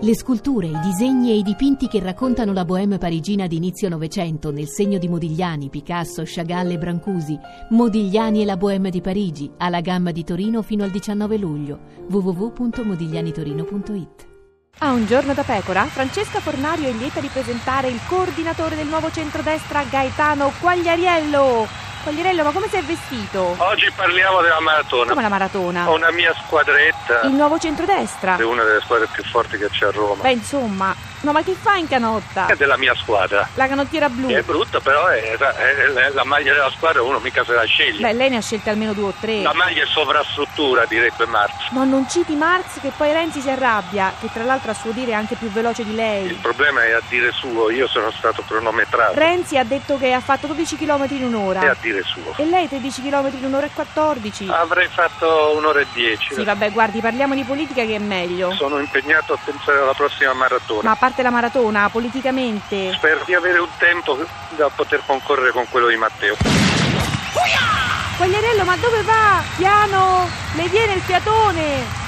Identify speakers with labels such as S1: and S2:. S1: Le sculture, i disegni e i dipinti che raccontano la bohème parigina di inizio Novecento nel segno di Modigliani, Picasso, Chagall e Brancusi. Modigliani e la bohème di Parigi, alla gamma di Torino fino al 19 luglio. www.modiglianitorino.it
S2: A un giorno da pecora, Francesca Fornario è lieta di presentare il coordinatore del nuovo centrodestra Gaetano Quagliariello. Quagliariello, ma come sei vestito?
S3: Oggi parliamo della maratona.
S2: Come la maratona?
S3: Ho una mia squadretta,
S2: Il nuovo centrodestra?
S3: è una delle squadre più forti che c'è a Roma.
S2: Beh, insomma, no, ma che fa in canotta?
S3: È della mia squadra.
S2: La canottiera blu?
S3: Che è brutta, però è, è- è la maglia della squadra, uno mica se la
S2: Beh,
S3: sceglie.
S2: lei ne ha scelte almeno due o tre.
S3: La maglia è sovrastruttura, direbbe Marx.
S2: No, non citi Marx che poi Renzi si arrabbia, che tra l'altro a suo dire è anche più veloce di
S3: Il
S2: lei.
S3: problema è a dire suo, io sono stato cronometrato.
S2: Renzi ha detto che ha fatto 12 km in
S3: È a
S2: un'ora.
S3: dire suo.
S2: E lei 13 km in un'ora e 14.
S3: Avrei fatto un'ora e dieci.
S2: Sì, vabbè, guardi, parliamo di politica che è meglio.
S3: Sono impegnato a pensare alla prossima maratona.
S2: Ma a parte la maratona, politicamente.
S3: Spero di avere un tempo da poter concorrere con quello di Matteo.
S2: Quagliarello, ma dove va? Piano! Le viene il fiatone!